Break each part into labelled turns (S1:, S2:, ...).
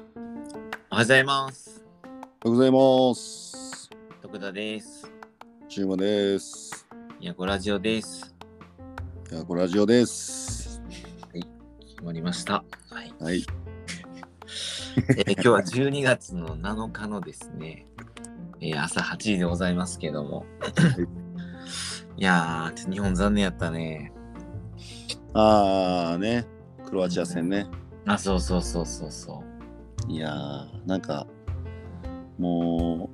S1: はようございます。
S2: おはようございます。
S1: 徳田です。
S2: 中馬です。
S1: いや、ごラジオです。
S2: いや、これラジオです。
S1: 決まりました。はい。
S2: はい。
S1: えー今日は12月の7日のですね、えー朝8時でございますけども。 いやー、ちょっと日本残念やったね。
S2: あーね、クロアチア戦ね。
S1: あ、そうそうそうそうそう。
S2: いやー、なんか、も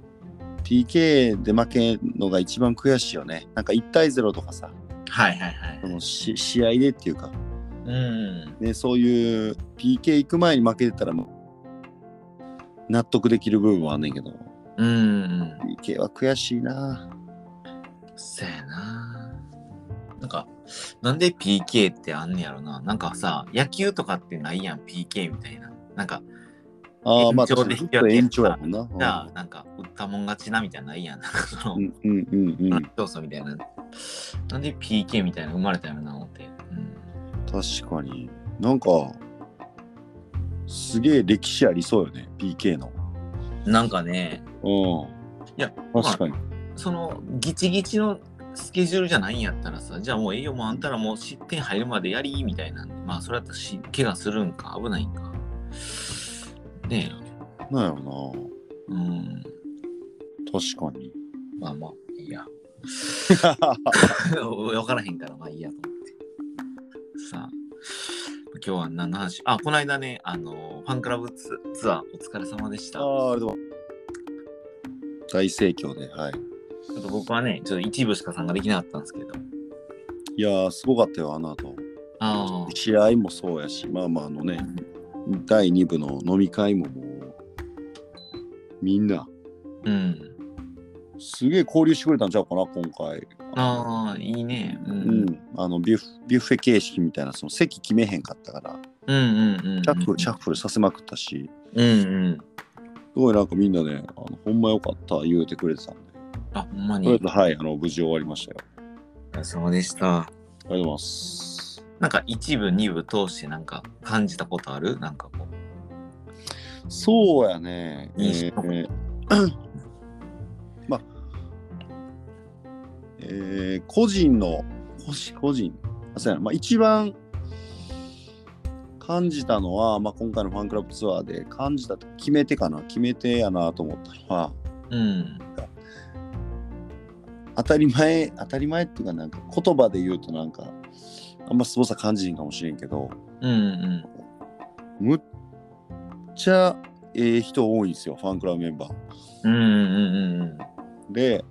S2: う、PK で負けんのが一番悔しいよね。なんか1対0とかさ、
S1: はいはいはい
S2: そ。のし試合でっていうか、
S1: うん。
S2: ね、そういう PK 行く前に負けてたらもう、納得できる部分はあんねんけど、
S1: うん。
S2: PK は悔しいな。
S1: そやな。なんか、なんで PK ってあんねやろな。なんかさ、野球とかってないやん、PK みたいな。なんか、
S2: あー、まあ、
S1: 延長で
S2: ずっと延長やもんな。
S1: じゃあ、なんか、打ったもん勝ちなみたいな、ないやん。なんかその
S2: う、んうんうんうん。
S1: 競争みたいな。なんで PK みたいなの生まれたんやろな、思って。うん
S2: 確かになんかすげえ歴史ありそうよね PK の
S1: なんかね、
S2: うん
S1: いや
S2: 確かに、
S1: その、ギチギチのスケジュールじゃないんやったらさ、じゃあもうええよ、もうあんたらもう失点入るまでやり、みたいなんで。まあ、それだったらし、怪我するんか、危ないんか。ねえ。
S2: なんやろ
S1: うん。
S2: な確かに
S1: まあまあ、い いや。分からへんから、まあいいやと思って。さあ、今日は何の話あ、この間ね、あの、ファンクラブツツアーお疲れ様でした。ち
S2: あ
S1: ょ
S2: ーあれだ大盛況ではい
S1: っと僕はね、ちょっと一部しか参加できなかったんですけど。
S2: いやーすごかったよあの後
S1: あ
S2: 試合もそうやしまあまああの
S1: あ
S2: ね、第2部の飲み会ももうみんな
S1: うん。
S2: すげえ交流してくれたんちゃうかな今回
S1: ああ、いいね。う。
S2: うんん、あのビュッビュッフェ形式みたいなその席決めへんかったから
S1: うんうんうんうん。
S2: シャッフルシャッフルさせまくったし
S1: うんうん。
S2: すごいなんかみんなね、あのほんまよかった言うてくれてたんで、
S1: あ、ほんま
S2: とりあえ
S1: に
S2: ず、。はい、あの無事終わりましたよ。
S1: お疲れ様でした。
S2: ありがとうございます。
S1: なんか一部、二部通してなんか感じたことあるなんかこう。
S2: そうやね。え
S1: いいっすか
S2: ー まあ、えー個人の、個人、個人、あそうやな、まあ、一番感じたのは、まあ、今回のファンクラブツアーで感じたと決めてかな、決めてやなと思ったのは、
S1: うん。
S2: 当たり前当たり前っていうかなんか言葉で言うとなんかあんま凄さ感じへんかもしれんけど
S1: うんうん。
S2: むっちゃええ人多いんですよファンクラブメンバー
S1: うんうんうんうん。
S2: で、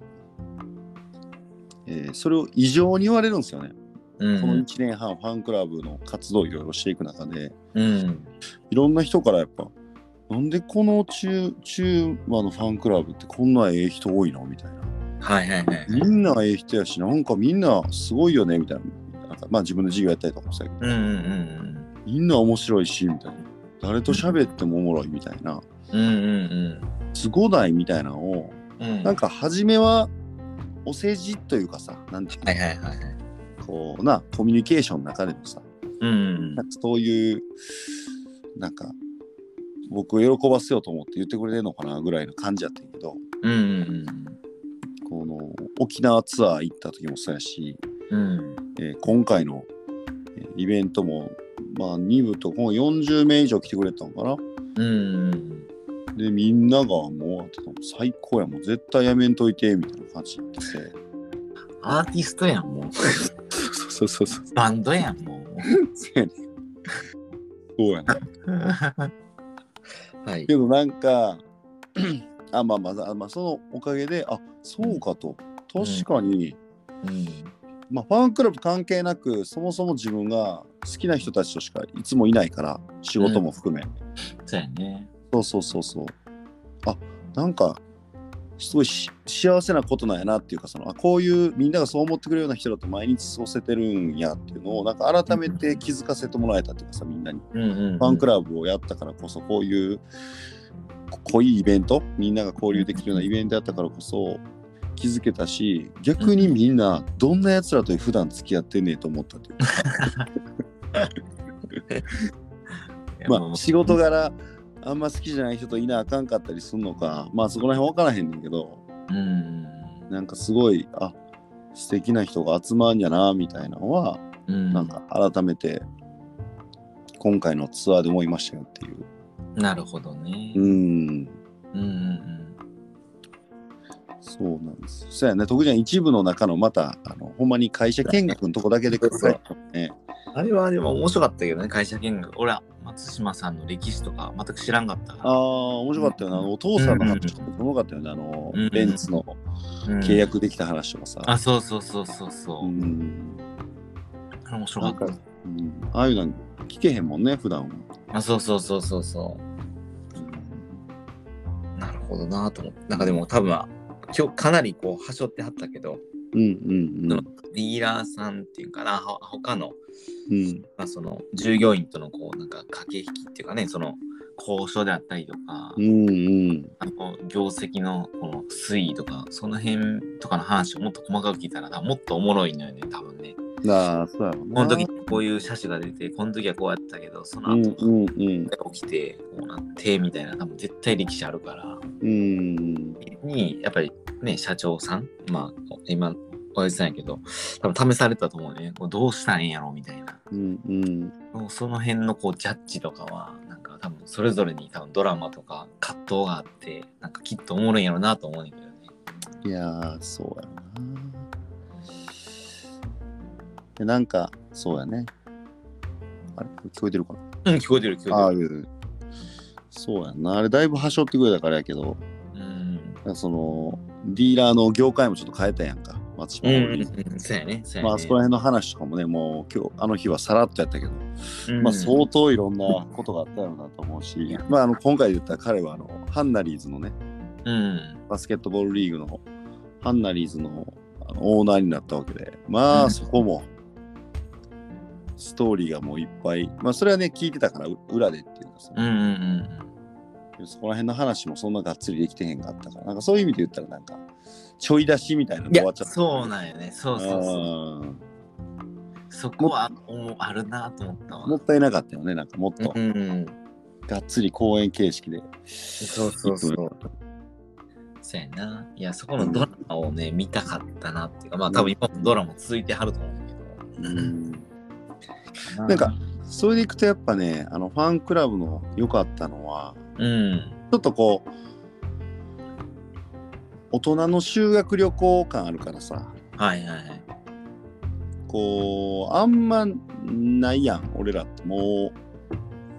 S2: えーそれを異常に言われるんですよね、
S1: うん
S2: この1年半ファンクラブの活動をいろいろしていく中で
S1: うん。
S2: いろんな人からやっぱなんでこの中中馬のファンクラブってこんなええ人多いのみたいな
S1: はいはいはい。
S2: みんなええ人やしなんかみんなすごいよねみたいななんかまあ自分の授業やったりとかもしたけど
S1: うんうん
S2: みんな面白いしみたいな誰と喋ってもおもろいみたいな
S1: うん。うんうん
S2: 都合ないみたいなのを
S1: うん。うん。
S2: なんか初めはお世辞というかさなんていうの
S1: はいはいはいはい。
S2: こうなコミュニケーションの中でもさ
S1: うんうん
S2: なんかそういうなんか僕を喜ばせようと思って言ってくれてるのかなぐらいの感じやったんやけど
S1: うん。うん
S2: この沖縄ツアー行った時もそうやし、
S1: うんうん。
S2: えー今回のえーイベントもまあ2部とこの40名以上来てくれたのかな
S1: うんうん。
S2: でみんながもう最高やもう絶対やめんといてみたいな感じになってて
S1: アーティストやん、もう。
S2: そうそうそうそう
S1: バンドやん、 もう。
S2: そうやねそうやね
S1: はい。
S2: けどなんかあまあまあ、まあ、そのおかげであそうかと確かに、
S1: うん。
S2: まあファンクラブ関係なくそもそも自分が好きな人たちとしかいつもいないから仕事も含め、
S1: そうやね。
S2: そうそうそうそうあなんかすごいし幸せなことなんやなっていうかそのあこういうみんながそう思ってくれるような人だと毎日過ごせてるんやっていうのをなんか改めて気づかせてもらえたっていうかさみんなに
S1: うんうん。
S2: ファンク
S1: ラ
S2: ラブをやったからこそこういうこ濃いイベントみんなが交流できるようなイベントやったからこそ気づけたし逆にみんなどんなやつらと普段付き合ってんねえと思った というか
S1: ブ
S2: まあ仕事。柄あんま好きじゃない人といなあかんかったりすんのかまあそこら辺分からへんねんけど
S1: うん
S2: なんかすごいあ素敵な人が集まんやなみたいなのは、
S1: うん
S2: なんか改めて今回のツアーで思いましたよっていう
S1: なるほどね
S2: う。ん
S1: うんうん
S2: そうなんですそうやね徳ちゃん一部の中のまたあのほんまに会社見学のとこだけでくださいね
S1: うん、あれはでも面白かったけどね会社見学俺は松島さんの歴史とか全く知らんかったか
S2: あ
S1: ら、
S2: あ面白かったよねあのお父さんの話とかも面白かったよねあの
S1: うん
S2: ベンツの
S1: うん
S2: 契約できた話とかさ、
S1: あそうそうそうそうそう、
S2: うん
S1: あれ面白か
S2: な
S1: っ
S2: んか、うん、ああいうの聞けへんもんね普段は、
S1: たあそうそうそうそうそうなるほどなと思ってなんかでも多分今日かなりこうはしょってはったけど
S2: うん、うんうんうん
S1: ディーラーさんっていうかなほ他の,、
S2: うん
S1: まあその従業員とのこうなんか駆け引きっていうかねその交渉であったりとか、
S2: うんうん
S1: あの業績のこの推移とかその辺とかの話をもっと細かく聞いたらなもっとおもろいのよね多分ね
S2: なあそうやろう
S1: こ
S2: な
S1: の時にこういう車種が出てこの時はこうやったけどその
S2: うん
S1: 後
S2: うんうん
S1: が起きてこうなってみたいな多分絶対歴史あるから
S2: うん
S1: にやっぱりね社長さんまあ今おやじさんやけど多分試されたと思うねこうどうしたらええんやろみたいな
S2: うんうん
S1: もうその辺のこうジャッジとかはなんか多分それぞれに多分ドラマとか葛藤があってなんかきっとおもろいんやろうなと思うねんだけどね
S2: いやーそうやろなでなんかそうやねあれ聞こえてるか
S1: う
S2: な
S1: ん、聞こえてる、聞
S2: あ
S1: こ
S2: あいやいやそうやんなあれだいぶ端折ってくれたからやけど
S1: えてる。うん。
S2: なんかそのディーラーの業界もちょっと変えたやんか松島
S1: う
S2: の
S1: ん
S2: 方に、
S1: うんうん、そうやね、そうやね。
S2: まああそこら辺の話とかもねもう今日あの日はさらっとやったけど、
S1: うん
S2: まあ相当いろんなことがあったよなと思うし、まああの今回で言ったら彼はあのハンナリーズのね
S1: うん。
S2: バスケットボールリーグのハンナリーズのあのオーナーになったわけで、
S1: う
S2: まあ
S1: ん
S2: そこもストーリーがもういっぱい、まあそれはね、聞いてたからう裏でっていうかさ、
S1: うんうんうん
S2: そこら辺の話もそんながっつりできてへんかったから、なんかそういう意味で言ったらなんか、ちょい出しみたいな
S1: う
S2: の
S1: ん。い
S2: 終
S1: や
S2: わっ、ちゃった。
S1: そうなんよね。そうそうそう。
S2: うん
S1: そこはおあるなと思ったわ。
S2: もったいなかったよね、なんかもっと
S1: うんうん。
S2: がっつり公演形式で。
S1: そうそうそう。そうやな。いや、そこのドラマをね、見たかったなっていうか、まあ多分今もドラマ続いてはると思うんだけど。
S2: うんなんか、それでいくとやっぱね、あのファンクラブの良かったのは、
S1: うん。
S2: ちょっとこう大人の修学旅行感あるからさ
S1: はいはいはい。
S2: こうあんまないやん俺らってもう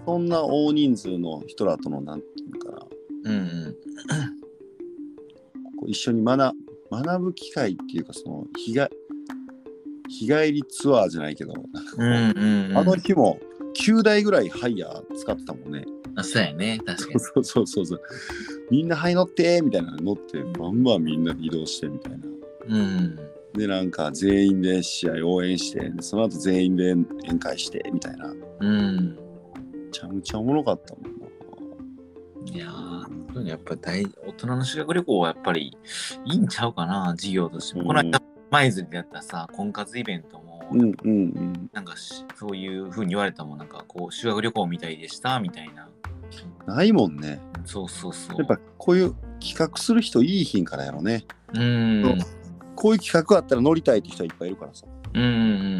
S2: そんな大人数の人らとのなんていうかなこ
S1: うんうん。
S2: う一緒に学学ぶ機会っていうかその日が日帰りツアーじゃないけど、
S1: うんうん、うん。
S2: あの日も9台ぐらいハイヤー使ってたもんね。
S1: あそうやね、確かに。
S2: そうそうそうそう。みんなハイ乗ってみたいなの乗ってバンバンみんなで移動してみたいな。
S1: うん。
S2: でなんか全員で試合応援してでその後全員で宴会してみたいな
S1: う
S2: め
S1: ん。
S2: ちゃめちゃおもろかったもんない
S1: やー、そういうのやっぱり大大人の修学旅行はやっぱりいいんちゃうかな、事業としても。
S2: うん
S1: この間、舞鶴でやったさ、婚活イベントも、
S2: うんうん
S1: なんかしそういうふうに言われたもん、なんかこう、修学旅行みたいでしたみたいな。
S2: うんないもんね
S1: そうそうそう。
S2: やっぱこういう企画する人いい品からやろね
S1: うん。うん
S2: こういう企画あったら乗りたいって人はいっぱいいるからさ、
S1: うん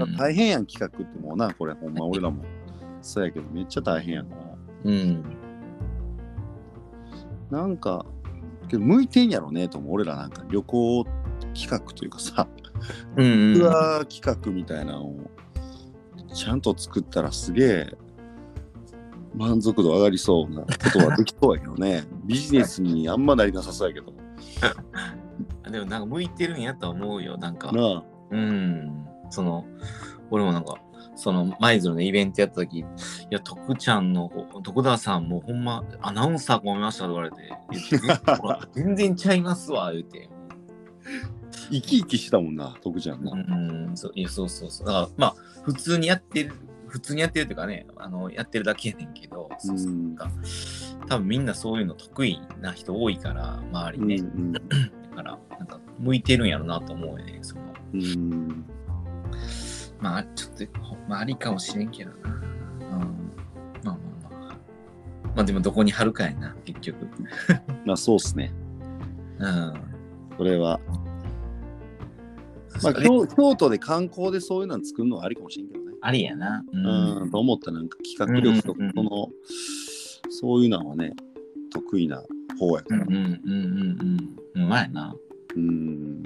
S1: うん。
S2: 大変やん企画ってもうなこれほんま俺らもそうやけどめっちゃ大変やか
S1: う
S2: ら
S1: ん。
S2: なんかけど向いてんやろねと思う俺らなんか旅行企画というかさ
S1: うんうん。
S2: ツアー企画みたいなのをちゃんと作ったらすげえ満足度上がりそうなことはできそうやけ どねビジネスにあんまなりなさそうやけど
S1: でもなんか向いてるんやとは思うよ、なんか。
S2: なあ
S1: うん。その、俺もなんか、その舞鶴のイベントやった時、いや、徳ちゃんの、お徳田さんもほんま、アナウンサーと思いましたと言われて、いやほ ら全然ちゃいますわ、言うて。
S2: 生き生きしてたもんな徳ちゃん
S1: う
S2: な、
S1: ん、そういやそうそうそう。だから、まあ、普通にやってる、普通にやってるっていうかね、あの、やってるだけやねんけど、そうそう
S2: うん
S1: なんか多分みんなそういうの得意な人多いから、周り
S2: うんう
S1: ね。
S2: ん
S1: だから、なんか、向いてるんやろなと思うよね、その。
S2: うん
S1: まあちょっと、まあ、ありかもしれんけどな。うん。まあまあままあでもどこに貼るかやな、結局。
S2: まあそうっすね。
S1: うん。
S2: これは。ま
S1: そ
S2: あ
S1: れ
S2: 京京都で観光でそういうの作るのはありかもしれんけどね。
S1: ありやな。う
S2: うん、
S1: ん。
S2: と思ったなんか企画力とか
S1: うんうんうん
S2: その、そういうのはね、得意な方や
S1: う
S2: か
S1: ん
S2: ら。
S1: うんうんうんうん。うまいな。
S2: うん。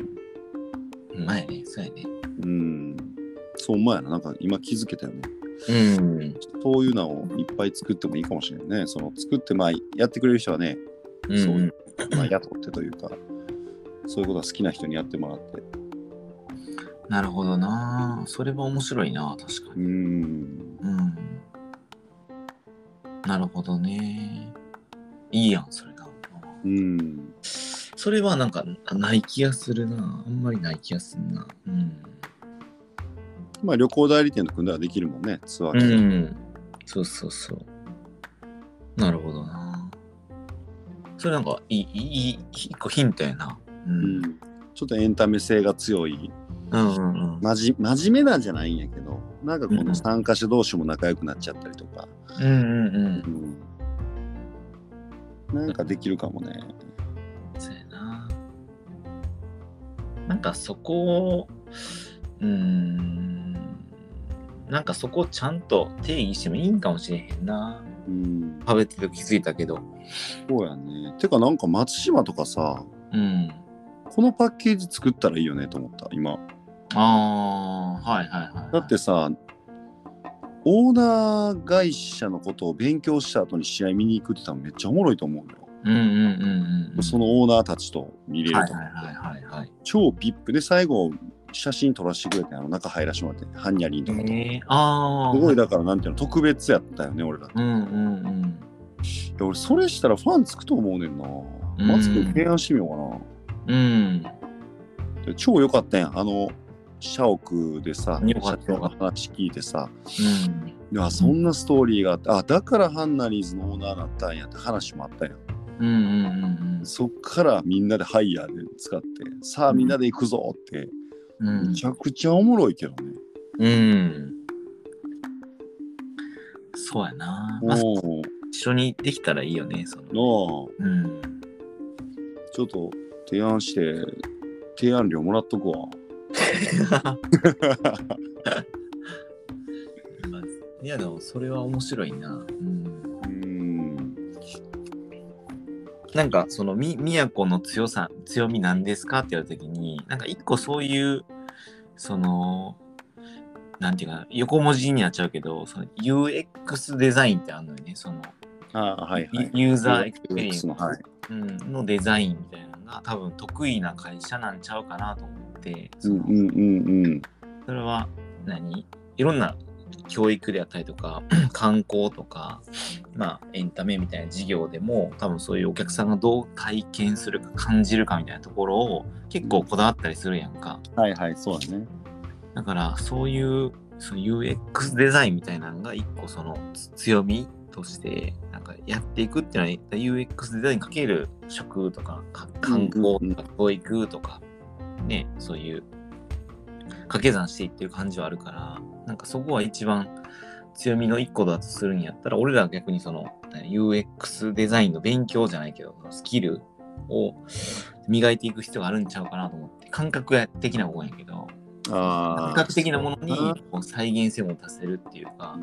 S1: うまいね。そうやね。
S2: うん。そう、うまいな。なんか今気づけたよね。
S1: うん。
S2: そういうのをいっぱい作ってもいいかもしれないね。その作って、まあ、やってくれる人 はね、
S1: う
S2: そうんいう、まあ、雇ってというか、そういうことが好きな人にやってもらって。
S1: なるほどな。それは面白いな、確か
S2: う
S1: に。
S2: ん。
S1: うん。なるほどね。いいやん、それな。
S2: うん。
S1: それはなんかない気がするな。あんまりない気がするな。うん。
S2: まあ、旅行代理店と組んだらできるもんね、ツアー
S1: う
S2: で。
S1: ん。そうそうそう。なるほどな。それなんかいい、いい、いい一個ヒントやな。う。
S2: うんん。ちょっとエンタメ性が強い。
S1: うんうんうん。
S2: まじ真面目なんじゃないんやけど、なんかこ
S1: うんう
S2: の
S1: ん
S2: 参加者同士も仲良くなっちゃったりとか、
S1: うんうんうん。
S2: うん、なんかできるかもね。
S1: そうやな。なんかそこを、うーん、なんかそこをちゃんと定義してもいいんかもしれへんな。
S2: うん。
S1: 食べてて気づいたけど。
S2: そうやね。てか、なんか松島とかさ、
S1: うん。
S2: このパッケージ作ったらいいよねと思った、今。
S1: ああ、はいはいはい。
S2: だって、さ、オーナー会社のことを勉強した後に試合見に行くって多分めっちゃおもろいと思うよ。
S1: うんうんうんうん。
S2: そのオーナーたちと見れ
S1: は
S2: る
S1: い
S2: と。
S1: はいはいはいはい。
S2: 超 VIP で最後、写真撮らせてくれて、あの中入らせてもらって、ハンニャリンとかと。
S1: えー、ああ。
S2: すごいだからなんていうの特別やったよね俺らって
S1: うんうんうん。
S2: いや俺それしたらファンつくと思うねんな
S1: うん
S2: マツ君提案してみよう
S1: うん。
S2: かなで超良かったやんあの社屋でさ
S1: よか
S2: 社
S1: った
S2: 長の話聞いてさ
S1: うん。
S2: いやそんなストーリーがあってあだからハンナリーズのオーナーだったんやって話もあったやん
S1: うんうんうん
S2: そっからみんなでハイヤーで使ってさあみんなで行くぞって
S1: うん。うん
S2: めちゃくちゃおもろいけどね
S1: うん。そうやな。まあ、
S2: お
S1: 一緒にできたらいいよね。その
S2: おな
S1: うん。
S2: あちょっと提案して提案料もらっとくわ
S1: いや、でもそれは面白いな。うん、
S2: うん
S1: なんか、その、み、都の強さ、強みなんですかって言われたときに、なんか一個そういう、その、なんていうかな、横文字になっちゃうけど、その UX デザインってあるのよね、その、
S2: ああはいはい
S1: ユユーザーエクスペリエンス
S2: UX のはい
S1: うん、のデザインみたいなのが多分得意な会社なんちゃうかなと思って、そ
S2: うん
S1: の
S2: うんうんうん
S1: それは何いろんな教育であったりとか 観光とか、まあ、エンタメみたいな事業でも多分そういうお客さんがどう体験するか感じるかみたいなところを結構こだわったりするやんか
S2: はいはいそうだね
S1: だからそういうその UX デザインみたいなのが一個そのつ強みとしてなんかやっていくっていうのは UX デザインかける食とかか観光とか教育とかねそういう掛け算していってる感じはあるからなんかそこは一番強みの一個だとするんやったら俺らは逆にその何 UX デザインの勉強じゃないけどスキルを磨いていく必要があるんちゃうかなと思って感覚や的な方やけど。
S2: あ
S1: 感覚的なものにこう再現性を持たせるっていうか、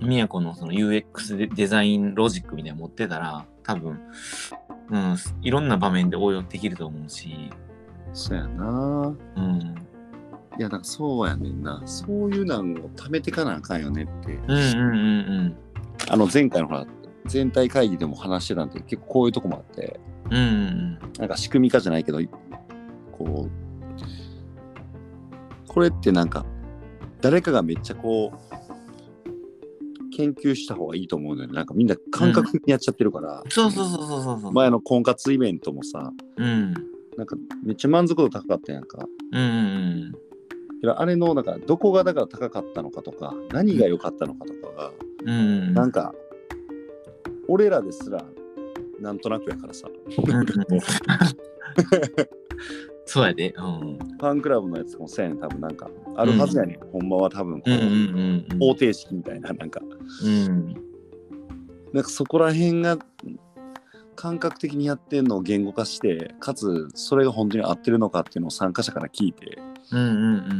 S1: 宮古のその UX デデザインロジックみたいなの持ってたら、多分、うん、いろんな場面で応用できると思うし、
S2: そうやな
S1: うん、
S2: いやだからそうやねんなそういうなんを貯めてかなあかんよねって
S1: うんうんうん
S2: あの前回のほら全体会議でも話してたんで結構こういうとこもあって
S1: うん。うんうん
S2: なんか仕組み化じゃないけどこうこれってなんか誰かがめっちゃこう研究した方がいいと思うのよねなんかみんな感覚的にやっちゃってるから、
S1: うん。そうそうそうそうそうそう。
S2: 前の婚活イベントもさ
S1: うん。
S2: なんかめっちゃ満足度高かったやんか。
S1: うんうん
S2: けどあれのだからどこがだから高かったのかとか何が良かったのかとかが、
S1: うん。うん。
S2: なんか俺らですらなんとなくやからさ
S1: うんうん そうやで。うん。
S2: ファンクラブのやつもせん多分なんかあるはずやね、ん、ほんまは多分こ
S1: う
S2: う、
S1: んうんうんうん。
S2: 方程式みたいななんか
S1: うん。
S2: なんかそこら辺が感覚的にやってんのを言語化してかつそれが本当に合ってるのかっていうのを参加者から聞いて
S1: うんう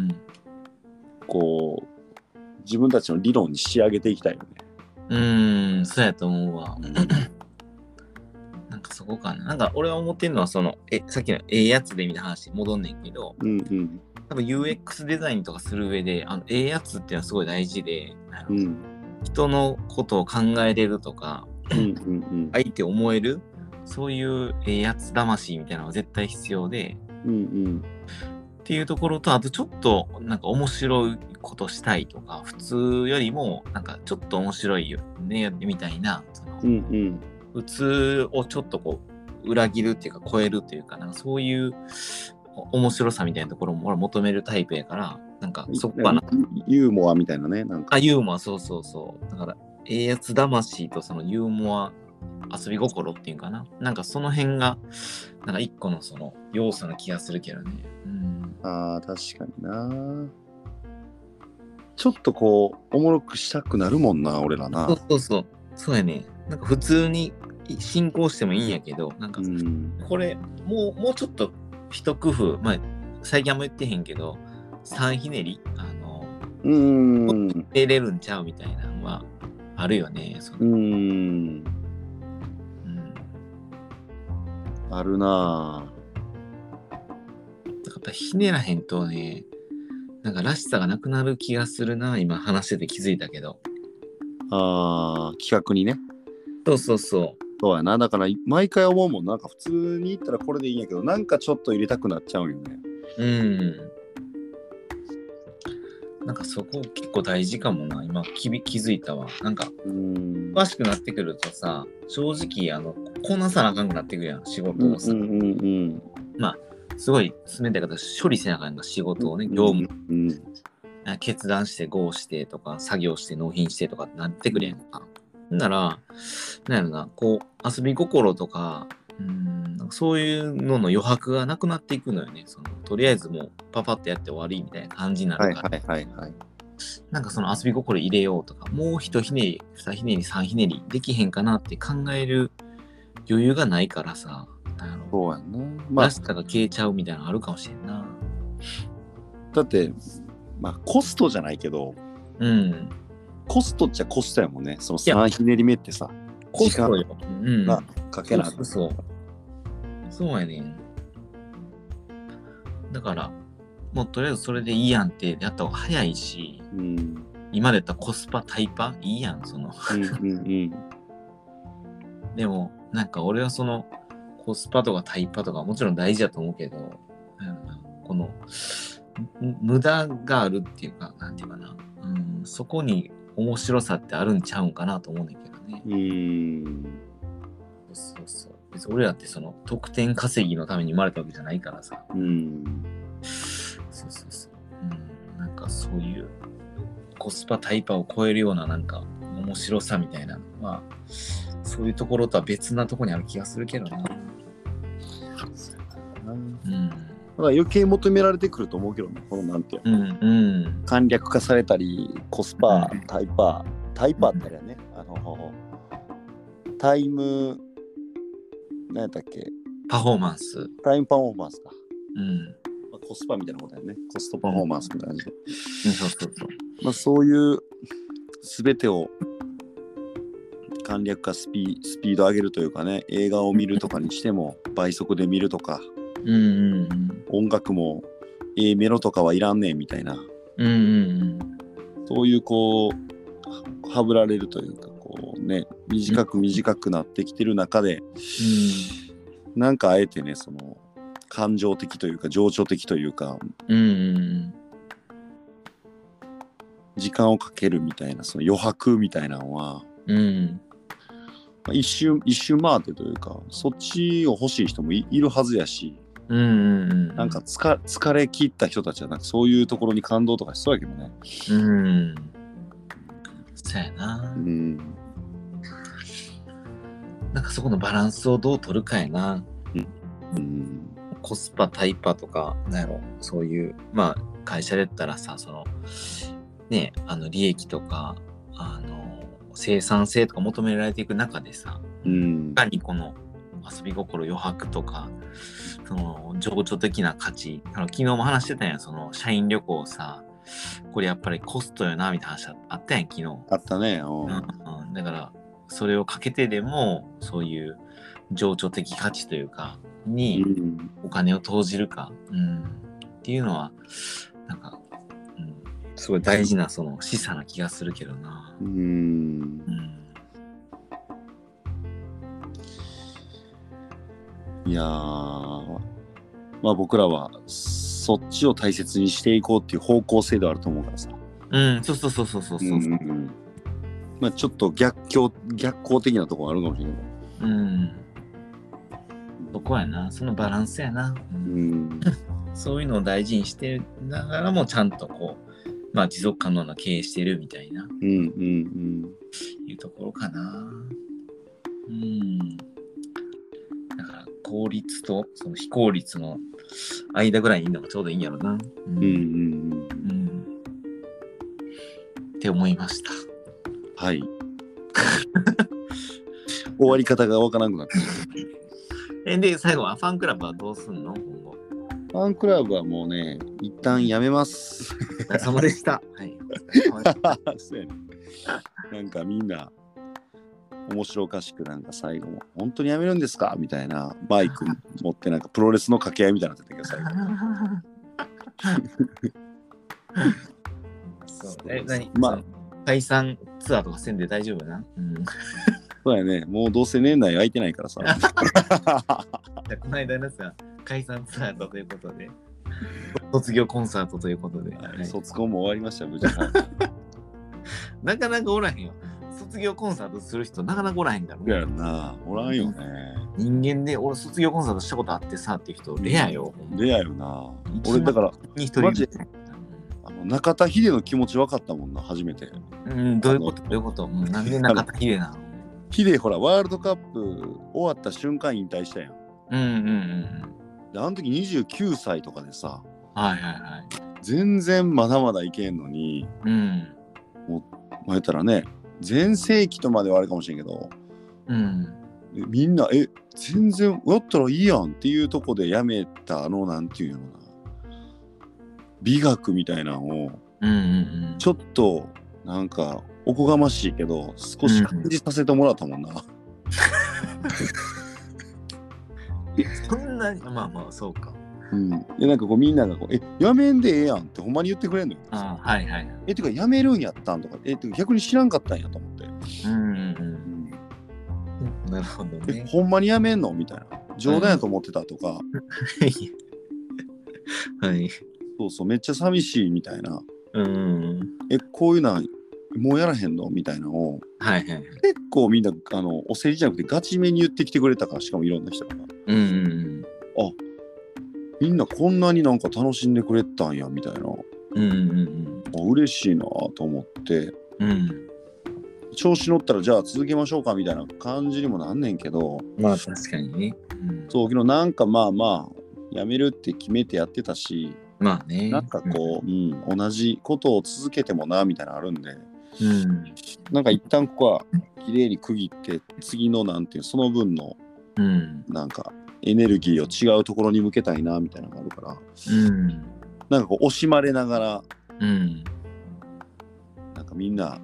S1: ん
S2: こう自分たちの理論に仕上げていきたいよね。
S1: うん。うん、そうやと思うわ。なんかそこかな。なんか俺は思ってるのは、その、え、さっきのええやつでみたいな話に戻んねんけど、
S2: うんうん
S1: 多分 UX デザインとかする上で、あの、ええやつっていうのはすごい大事で、なんやろ
S2: うん
S1: 人のことを考えれるとか、
S2: うんうん
S1: 相手を思える、そういうええやつ魂みたいなのは絶対必要で、
S2: うんう
S1: っ
S2: ん
S1: ていうところとあとちょっとなんか面白いことしたいとか普通よりもなんかちょっと面白いよねやってみたいなその
S2: うんうん
S1: 普通をちょっとこう裏切るっていうか超えるっていうかなんかそういうお面白さみたいなところも俺求めるタイプやからなんかそこかな
S2: ユーモアみたいなねなんか
S1: あユーモアそうそうそうだからええやつ魂とそのユーモア遊び心っていうかななんかその辺がなんか一個のその要素な気がするけどねうん
S2: あー確かになちょっとこうおもろくしたくなるもんな俺ら
S1: そう
S2: な。
S1: そうそう。そうやね。なんか普通に進行してもいいんやけど、なんか
S2: うん
S1: これ、もう、もうちょっと一工夫、まあ、最近あんま言ってへんけど、三ひねり、あの、
S2: うん
S1: 出れるんちゃうみたいなのはあるよね。その
S2: うん
S1: うん、だか
S2: あるな
S1: らやっぱひねらへんとね、なんからしさがなくなる気がするな、今話してて気づいたけど。
S2: あー企画にね
S1: そうそうそ
S2: そうやなだから毎回思うもんなんか普通に言ったらこれでいいんやけどなんかちょっと入れたくなっちゃうよね
S1: う。うん。なんかそこ結構大事かもな、今きび気づいたわ。なんか
S2: うん
S1: 詳しくなってくるとさ正直あのこなさなあかんくなってくるやん仕
S2: う
S1: 事
S2: ん
S1: を
S2: う
S1: さ、
S2: んうん
S1: すごい冷たい方処理せなあかんが仕事をね
S2: うん
S1: 業務、
S2: うん
S1: 決断して合してとか作業して納品してとかってなってくるやんかならなんやろなこう遊び心とかうんなんかそういうのの余白がなくなっていくのよねそのとりあえずもうパパッとやって終わりみたいな感じにな
S2: は
S1: る
S2: い
S1: から、
S2: はいはいはい
S1: なんかその遊び心入れようとか、もう一ひねり、二ひねり、三ひねりできへんかなって考える余裕がないからさ、なんやろ
S2: そうやなまあ
S1: らしさが消えちゃうみたいなのあるかもしれんな。
S2: だってまあコストじゃないけど
S1: うん。
S2: コストっちゃコストやもんねその
S1: いや
S2: 3ひねり目ってさ
S1: コストよ。うん。
S2: なかけなあ
S1: そ
S2: か
S1: うんそうそう。そうやねん。だから、もうとりあえずそれでいいやんってやった方が早いし、
S2: うん
S1: 今で言ったらコスパ、タイパ、いいやん、その。
S2: うんうん
S1: でも、なんか俺はそのコスパとかタイパとかもちろん大事だと思うけど、なんやろなこのむ無駄があるっていうか、なんていうかな、うん、そこに面白さってあるんちゃうんかなと思うねんけどね。
S2: うんうん
S1: そうそう。別に俺らってその得点稼ぎのために生まれたわけじゃないからさ。
S2: うん
S1: そうそうそう。うん、なんかそういうコスパタイパを超えるようななんか面白さみたいなのは、そういうところとは別なところにある気がするけどな。うん。
S2: だから余計求められてくると思うけどねこのなんていうの
S1: うんうん
S2: 簡略化されたりコスパタイパタイパってあれやねあのタイム何やったっけ
S1: パフォーマンス。
S2: タイムパフォーマンスか、
S1: うん。
S2: まあコスパみたいなことやねコストパフォーマンスみたいな感じで、
S1: そうそうそう。
S2: まあ、そういう全てを簡略化スピスピード上げるというかね映画を見るとかにしても倍速で見るとか
S1: うんうんうん。
S2: 音楽も A メロとかはいらんねんみたいな
S1: うんうん
S2: そういうこうははぶられるというかこうね短く短くなってきてる中で、なんかあえてねその感情的というか情緒的というか
S1: うん。うんうん
S2: 時間をかけるみたいなその余白みたいなのは、
S1: うん。うん。
S2: まあ一周一周回ってというかそっちを欲しい人もいいるはずやし
S1: うんうんうん。
S2: なんか、疲疲れ切った人たちはなんかそういうところに感動とかしそうやけどね。
S1: うん。そうやな
S2: う。ん
S1: なんかそこのバランスをどう取るかやな。
S2: うん
S1: コスパ、タイパとか、なんやろ、そういう、まあ、会社だったらさ、その、ね、あの、利益とか、あの、生産性とか求められていく中でさ
S2: うん
S1: いかにこの遊び心余白とかその情緒的な価値あの昨日も話してたやんその社員旅行さこれやっぱりコストよなみたいな話あったやん昨日、
S2: あったねうん
S1: うんうんだからそれをかけてでもそういう情緒的価値というかに
S2: うん
S1: お金を投じるか、うん、っていうのはなんか、うん、すごい大事なその示唆な気がするけどな
S2: う。ん
S1: うん
S2: いやーまあ僕らはそっちを大切にしていこうっていう方向性ではあると思うからさ。
S1: うん、そうそうそうそうそうそう。うん
S2: んまあ、ちょっと逆境逆行的なところあるかもしれないけど。
S1: そこやな、そのバランスやな、うん
S2: うん
S1: そういうのを大事にしてながらも、ちゃんとこう、まあ、持続可能な経営してるみたいな、
S2: うんうん
S1: いうところかな。うん。だから、効率とその非効率の間ぐらいにいるのがちょうどいいんやろな。
S2: うんうんうんうん
S1: うんって思いました。
S2: はい。 終わり方がわからなくなった。
S1: えで、最後はファンクラブはどうすんの今後。
S2: ファンクラブはもうね、一旦やめます。
S1: お疲れ様でした。 はい。お疲れ様でした
S2: そうやねなんかみんな、面白おかしくなんか最後も、本当にやめるんですかみたいな、バイク持ってなんかプロレスの掛け合いみたいになってたけど、最後。
S1: そうえ、何
S2: ま
S1: ま
S2: あ
S1: あ、解散ツアーとかせんで大丈夫な。うん。じ
S2: そうやね、もうどうせ年内空いてないからさ。
S1: ゃあこの間のやつが解散ツアーだということで、卒業コンサートということで、はい
S2: 卒婚も終わりました、無事。
S1: なかなかおらへんよ。卒業コンサートする人、なかなかおらへんから。
S2: やな、おらんよね。
S1: 人間で俺卒業コンサートしたことあってさっていう人レアよ。
S2: レアよな
S1: 一。番
S2: 俺だから、
S1: に一人
S2: マジであの中田秀の気持ち分かったもんな、初めて。
S1: うん、どういうことどういうこと、うん、なんで中田秀なの
S2: 秀ほら、ワールドカップ終わった瞬間引退したやん。
S1: うんうんうん。
S2: で、あの時29歳とかでさ、
S1: はいはいはい。
S2: 全然まだまだいけんのに、
S1: うん。
S2: まあ、言ったらね、全盛期とまではあれかもしれんけど、
S1: うん。
S2: えみんな、え、全然、やったらいいやんっていうとこでやめた、あの、なんていうのかな、美学みたいなのを、
S1: うんうんうん。
S2: ちょっと、なんか、おこがましいけど、少し感じさせてもらったもんな。
S1: そんなに、まあまあ、そうか。
S2: うん、でなんかこうみんながこう「えやめんでええやん」ってほんまに言ってくれんのよ。
S1: ああはいはい。
S2: えっていうかやめるんやったんとかえっていうか逆に知らんかったんやと思って、
S1: うんうんうん。なるほど
S2: え
S1: ね。
S2: ほんまにやめんのみたいな冗談やと思ってたとか、
S1: はい。
S2: そうそうめっちゃ寂しいみたいな
S1: うん。
S2: えこういうなんもうやらへんのみたいなのを
S1: はいはいはい。
S2: 結構みんなあのお世辞じゃなくてガチめに言ってきてくれたからしかもいろんな人が
S1: うんうん
S2: みんなこんなになんか楽しんでくれたんやみたいなあ
S1: うん。うんうん
S2: 嬉しいなと思って
S1: うん。うん。
S2: 調子乗ったらじゃあ続けましょうかみたいな感じにもなんねんけど、
S1: まあ確かにね。うん、
S2: そう昨日なんかまあまあやめるって決めてやってたし
S1: まあね。
S2: なんかこう、うん同じことを続けてもなみたいなのあるんで
S1: う。うん。
S2: なんか一旦ここは綺麗に区切って次のなんていうその分の
S1: うん。
S2: なんかエネルギーを違うところに向けたいなみたいなのがあるから
S1: うん。
S2: なんかこう惜しまれながら
S1: うん。
S2: なんかみんな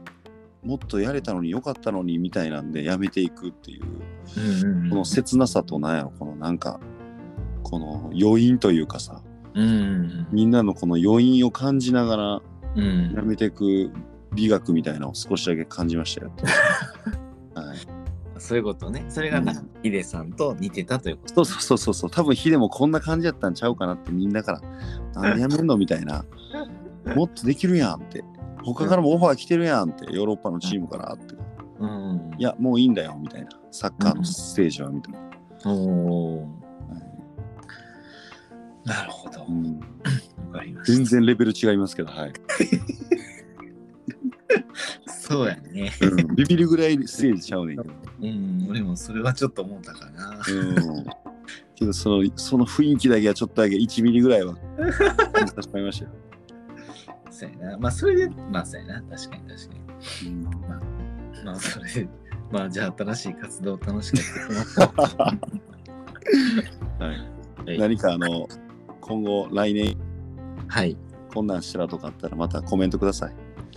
S2: もっとやれたのによかったのにみたいなんでやめていくっていう
S1: うん。
S2: この切なさとなんやろこのなんかこの余韻というかさ
S1: うん。
S2: みんなのこの余韻を感じながら
S1: う
S2: や
S1: ん。
S2: めていく美学みたいなのを少しだけ感じましたよ。はい、
S1: そういうことね。それがな、ヒデさんと似てたということ。
S2: そうそうそうそうそう多分ヒデもこんな感じやったんちゃうかなってみんなから「なんでやめんの?」みたいな「もっとできるやん」って「他からもオファー来てるやん」ってヨーロッパのチームからって「
S1: うん。
S2: いやもういいんだよ」みたいなサッカーのステージはみたいな。
S1: おお。なるほど。
S2: う
S1: わ
S2: ん
S1: かりまし
S2: 全然レベル違いますけど、はい。
S1: た。そうやね。
S2: うんビビるぐらいステージちゃうねんけど。
S1: うん、俺もそれはちょっと思ったかな。
S2: うんけどそのその雰囲気だけはちょっとだけ1ミリぐらいは感じてしまいましたよ。
S1: そうやな。まあ、それで、まあ、そうやな。確かに確かに。
S2: うん
S1: まあ、まあそれまあじゃあ新しい活動を楽しくやっていきましょう はい
S2: 何かあの今後来年
S1: はい
S2: こんなんしたらとかあったらまたコメントください。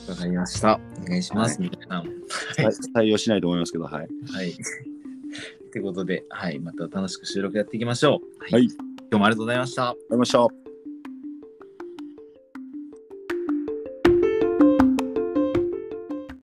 S1: わかりましたお願いします、みたいな
S2: はい、採用しないと思いますけど、はい。
S1: はいということではいまた楽しく収録やっていきましょう
S2: はい
S1: 今日もありがとうございました
S2: やりましょう。